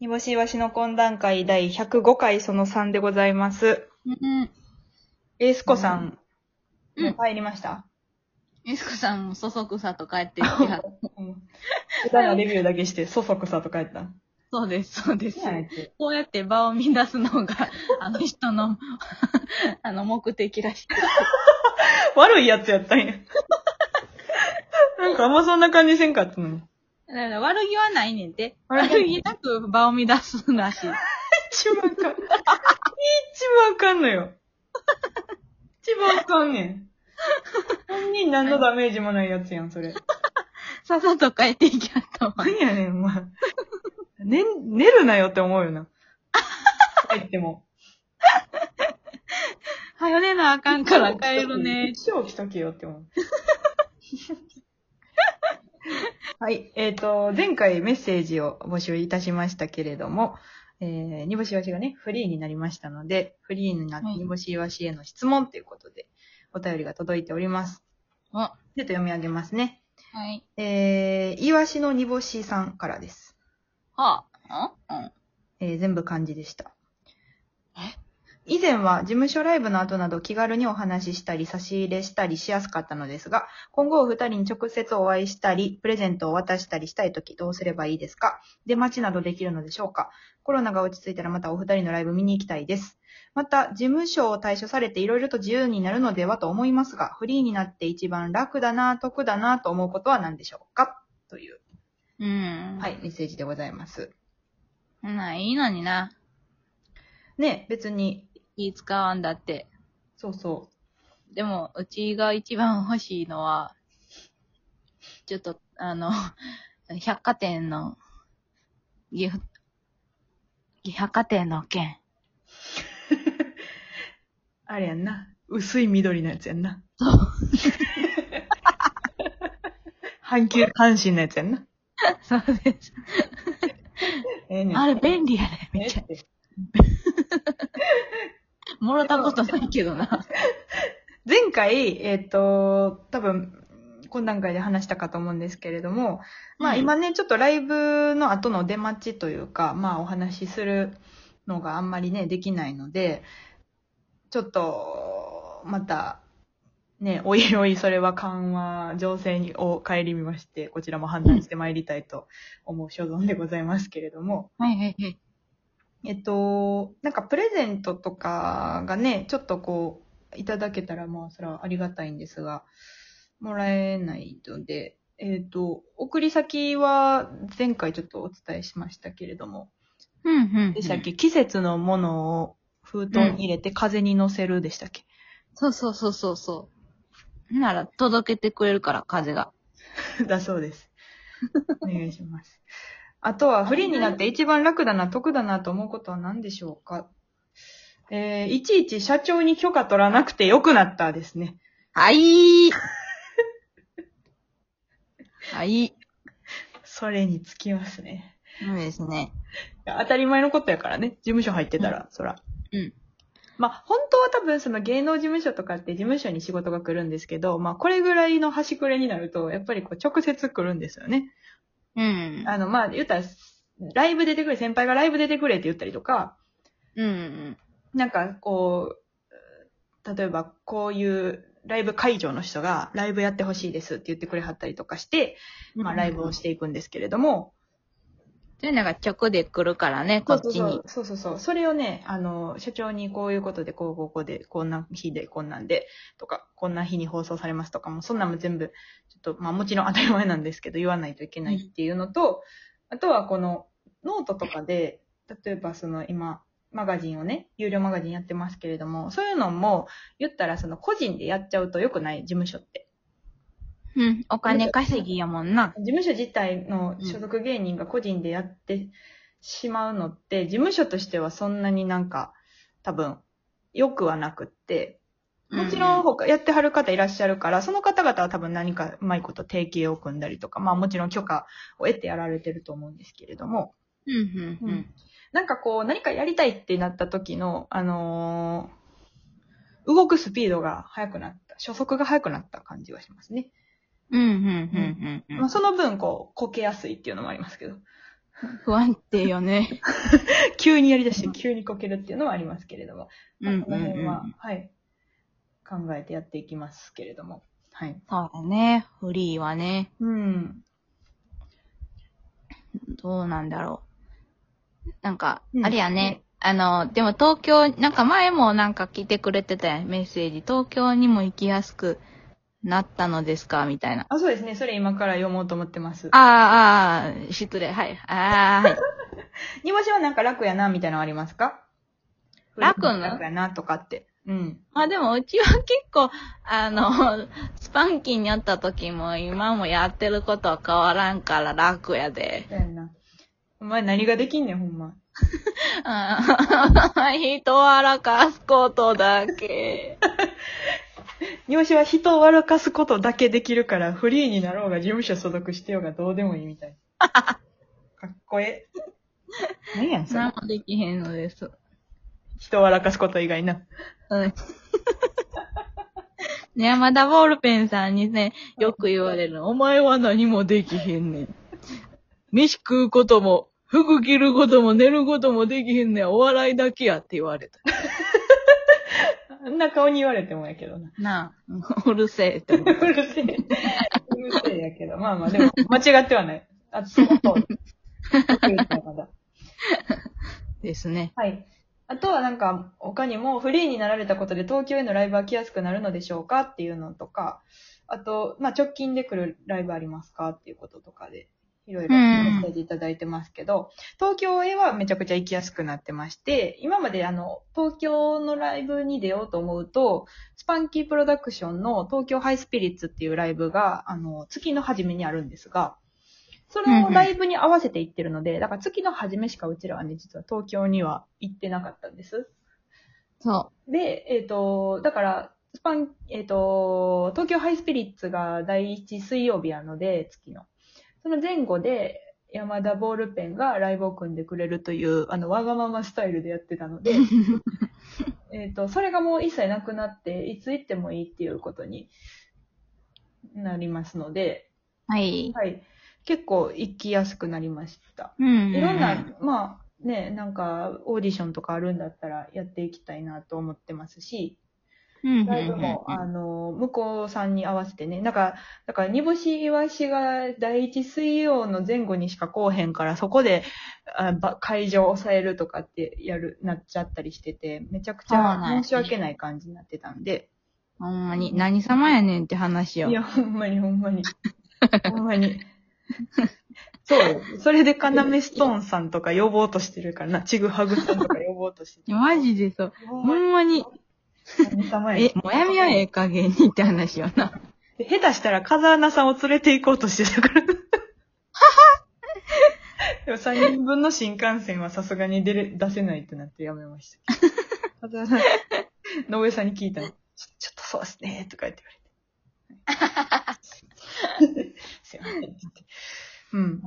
煮干しわしの懇談会第105回その3でございます。うん。エースコさん、うんもう帰りました、エスコさんもそそくさと帰ってきはうん、下手なレビューだけして、そそくさと帰った。 そうです、そうです。はい、こうやって場を乱すの が、あの人の、 あの、目的らしい。悪いやつやったんや。なんかあんまそんな感じせんかったのに。だから悪気はないねんて。悪悪気気なく場を乱すら しい。一番あかん。一番あかんのよ。一番あかんねん。本人何のダメージもないやつやん、それ。さっさと帰っていきはったわ。何やねん、お前。ね、寝るなよって思うよな。帰っても。はよ寝なあかんから帰るね。一生来とけよって思う。 はい。えっ、と、前回メッセージを募集いたしましたけれども、えー、煮干しわしがね、フリーになりましたので、フリーになってはい煮干しわしへの質問ということで、お便りが届いております。あちょっと読み上げますね。はい。えー、いわしの煮干しさんからです。はあ。うんうん。えー全部漢字でしたえ。以前は事務所ライブの後など気軽にお話ししたり差し入れしたりしやすかったのですが、今後お二人に直接お会いしたり、プレゼントを渡したりしたいときどうすればいいですか出待ちなどできるのでしょうかコロナが落ち着いたらまたお二人のライブ見に行きたいです。また、事務所を退所されていろいろと自由になるのではと思いますが、フリーになって一番楽だな、得だなと思うことは何でしょうかという、うん。はい、メッセージでございます。ほな、いいのにな。ね、別に、気使わんだって。そうそう、でも、うちが一番欲しいのは、ちょっと、あの、 百貨店の、ギフ、百貨店の券。あれやんな。薄い緑のやつやんな。半球関心のやつやんな。そうです。ええねんあれ便利やね、ええめっっちゃ。てもろたことないけど な。前回、えっ、と、多分、今段階で話したかと思うんですけれども、まあうん今ね、ちょっとライブの後の出待ちというか、まあお話しするのがあんまりね、できないので、ちょっと、また、ね、おいおいそれは緩和、情勢を顧みまして、こちらも判断してまいりたいと思う所存でございますけれども、はいはいはい。えっと、なんかプレゼントとかがね、ちょっとこう、いただけたら、まあ、それはありがたいんですが、もらえないので、えっと、送り先は前回ちょっとお伝えしましたけれども、うんうん。でしたっけ、季節のものを封筒に入れて風に乗せるでしたっけ、そうそうそうそうそう。なら、届けてくれるから、風が。 だそうです。 お願いします。あとは、フリーになって一番楽だな、得だなと思うことは何でしょうかえー、いちいち社長に許可取らなくてよくなったですね。はいー はい。それにつきますね。そうですね。当たり前のことやからね。事務所入ってたら、そら。うん。まあ、本当は多分その芸能事務所とかって事務所に仕事が来るんですけど、まあ、これぐらいの端くれになると、やっぱりこう直接来るんですよね。うん。あの、まあ、言ったら、ライブ出てくれ、先輩がライブ出てくれって言ったりとか、うんうん。なんかこう、例えばこういうライブ会場の人がライブやってほしいですって言ってくれはったりとかして、まあ、ライブをしていくんですけれども、そういうのが直で来るからね、こっちに。そうそうそう。そうそうそうそれをね、あの、社長にこういうことで、こうこうこうで、こんな日で、こんなんで、とか、こんな日に放送されますとかも、そんなんも全部、ちょっと、まあもちろん当たり前なんですけど、言わないといけないっていうのと、あとはこの、ノートとかで、例えばその今、マガジンをね、有料マガジンやってますけれども、そういうのも、言ったらその個人でやっちゃうと良くない、事務所って。うん。お金稼ぎやもんな。事務所自体の所属芸人が個人でやってしまうのって、事務所としてはそんなになんか、多分、良くはなくって、もちろんう他、やってはる方いらっしゃるから、その方々は多分何かうまいこと提携を組んだりとか、まあもちろん許可を得てやられてると思うんですけれども、ん。うんうんうん。なんかこう、何かやりたいってなった時の、あのー動くスピードが速くなった、初速が速くなった感じはしますね。うんうんうんうんうまあん。その分、こう、こけやすいっていうのもありますけど。不安定よね。急にやりだして、急にこけるっていうのはありますけれども。うまあんこうのん辺うはん。、はい。考えてやっていきますけれども。はい。そうだね。フリーはね、うん。どうなんだろう。なんかう、んあれやね。あの、でも東京、なんか前もなんか来てくれてたやんメッセージ。東京にも行きやすくなったのですかみたいな。あ、そうですね。それ今から読もうと思ってます。あーあー、失礼。はい。あーはい。煮干しはなんか楽やな、みたいなのありますか楽な楽やな、とかって。うん。まあでもうちは結構、あの、 スパンキーにあった時も今もやってることは変わらんから楽やで。だよな。お前何ができんねん、ほんま。うん、 人を笑かすことだ け。煮干しは人を笑かすことだけできるから、フリーになろうが事務所所属してようがどうでもいいみた い。かっこええ。何やん、それ何。もできへんのです。人を笑かすこと以外な。うん。 ね、山田ボールペンさんにね、よく言われる。お前は何もできへんねん。飯食うことも、服着ることも、寝ることもできへんねん。お笑いだけやって言われた。あんな顔に言われてもやけどな。なあ、 うるせえって思うう。るせえ。うるせえやけど。まあまあ、でも、間違ってはない。あ、そうそう。まだですね。はい。あとはなんか、他にもフリーになられたことで東京へのライブは来やすくなるのでしょうかっていうのとか、あと、まあ直近で来るライブありますかっていうこととかで、いろいろうんメッセージいただいてますけど、東京へはめちゃくちゃ行きやすくなってまして、今まであの、東京のライブに出ようと思うと、スパンキープロダクションの東京ハイスピリッツっていうライブが、あの、月の初めにあるんですが、それをライブに合わせて行ってるので、だから月の初めしかうちらはね、実は東京には行ってなかったんです。そで、えっ、と、だから、スパン、えっ、と、東京ハイスピリッツが第一水曜日なので、月の。その前後で、山田ボールペンがライブを組んでくれるという、あの、わがままスタイルでやってたの で、えっと、それがもう一切なくなって、いつ行ってもいいっていうことになりますので、う。はい。はい。結構行きやすくなりました。うんいろんな、まあね、なんかオーディションとかあるんだったらやっていきたいなと思ってますし、ライブも、あの、向こうさんに合わせてね、なんか、だから、煮干しイワシが第一水曜の前後にしかこうへんから、そこで、あば会場を抑えるとかってやる、なっちゃったりしてて、めちゃくちそうなゃんやね申し訳ない感じになってたんで、ほんまに、何様やねんって話よ。いや、ほんまにほん まに。ほんまに。そう。それで、カナメストーンさんとか呼ぼうとしてるからな。ちぐはぐさんとか呼ぼうとしてて。マジでそう。ほんほまにんまに、神様やえ、もやみはええ加減にって話よな。で下手したら、風穴さんを連れて行こうとしてたから。でも3人分の新幹線はさすがに出れ、出せないってなってやめましたけど。風穴さん、野上さんに聞いたの。ちょちょっとそうですね、とか言って言われて。すいませんって言って。うん。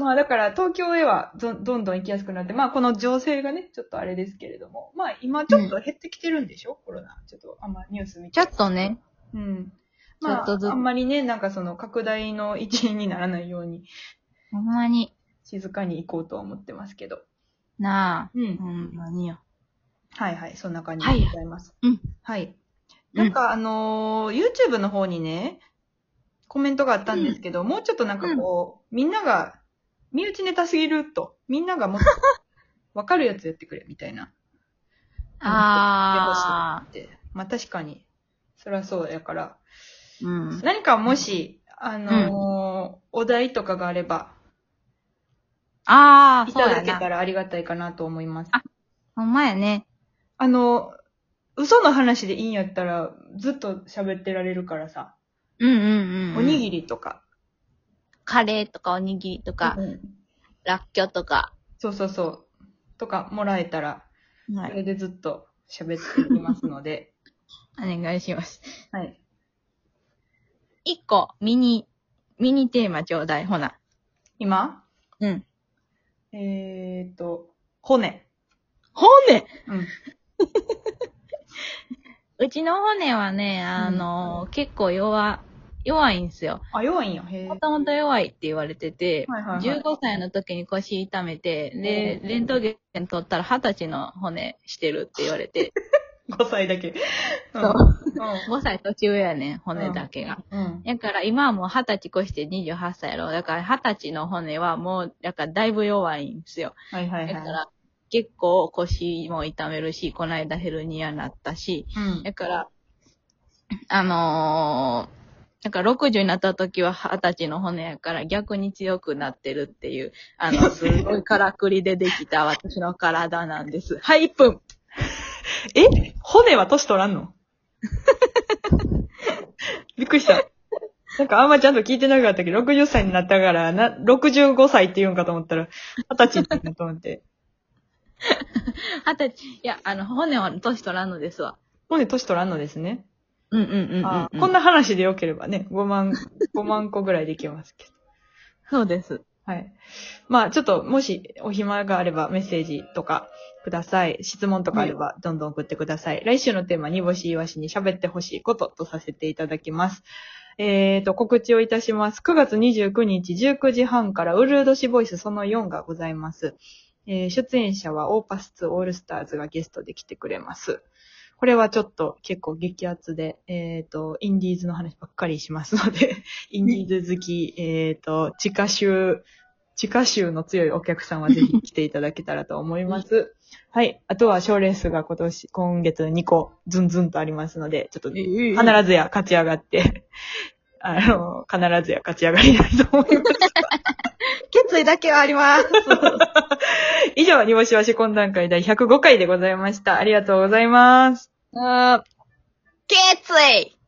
まあだから東京へはどどんどん行きやすくなって、まあこの情勢がね、ちょっとあれですけれども、まあ今ちょっと減ってきてるんでしょ、コロナ。ちょっとあんまニュース見 ちてょっとね、うん。まちょっとずあ、つあんまりね、なんかその拡大の一因にならないように、ほんまに、静かに行こうとは思ってますけど。なうあ、ほん。んまによ。はいはい、そんな感じはいでございます。うん。はい。なんかあのー YouTube の方にね、コメントがあったんですけど、もうちょっとなんかこう、みんなが、身内ネタすぎると、みんながもっ と、わかるやつやってくれ、みたいな。あでまあ確かに、そりゃそうやから。ー。うん。何かもし、あのーお題とかがあれば、あー、いそたうだやけたな。らありがたいかなと思います。ああほんまやね。の、嘘の話でいいんやったら、ずっと喋ってられるからさ、うんうんうん。おにり。ぎりとか。カレーとかおにぎりとか、うんらっきょうとか。そうそうそう。とかもらえたら、はそい。れでずっと喋っていきますので。 お願いします。はい。一個、ミニ、ミニテーマちょうだい、ほな。今うん。えーっと、骨。ほねうん。うちの骨はね、あの、結構弱、弱いんですよ。あ、弱いんや。へえ。 もともと弱いって言われてて、はいはいはい15歳の時に腰痛めて、で、うんレントゲン取ったら20歳の骨してるって言われ て、 5歳だけ。そんう。う5歳年上やねん、骨だけが。ん。うん。だから今はもう20歳越して28歳やろ。だから20歳の骨はもう、だからだいぶ弱いんですよ。はいはいだはい。から結構腰も痛めるし、この間ヘルニアになったし、うんだ。から、あのー、だから60になった時は20歳の骨やから逆に強くなってるっていう、あ の、すごいからくりでできた私の体なんです。はい、1分 え骨は年取らん のびっくりした。なんかあんまちゃんと聞いてなかったけど、60歳になったから、な、65歳って言うんかと思ったら、20歳って言うと思って。二十歳、いや、あの、骨は年取らんのですわ。骨年取らんのですね。うんうんうんうん、あうん。こんな話でよければね、5万、5万個ぐらいできますけど。そうです。はい。まあ、ちょっと、もし、お暇があれば、メッセージとかください。質問とかあれば、どんどん送ってください。来週のテーマ、煮干しイワシに喋ってほしいこととさせていただきます。えーと、告知をいたします。9月29日19時半から、ウルードシボイスその4がございます。えー出演者は、オーパス2オールスターズがゲストで来てくれます。これはちょっと結構激アツで、えっ、と、インディーズの話ばっかりしますので、インディーズ好き、えっ、と、地下州、地下州の強いお客さんはぜひ来ていただけたらと思います。はい。あとは賞レースが今年、今月2個、ズンズンとありますので、ちょっと、必必ずや勝ち上がって、 あの、必ずや勝ち上がりたいと思います。決意だけはあります。以上、煮干しわし懇談会第105回でございました。ありがとうございます。あー決意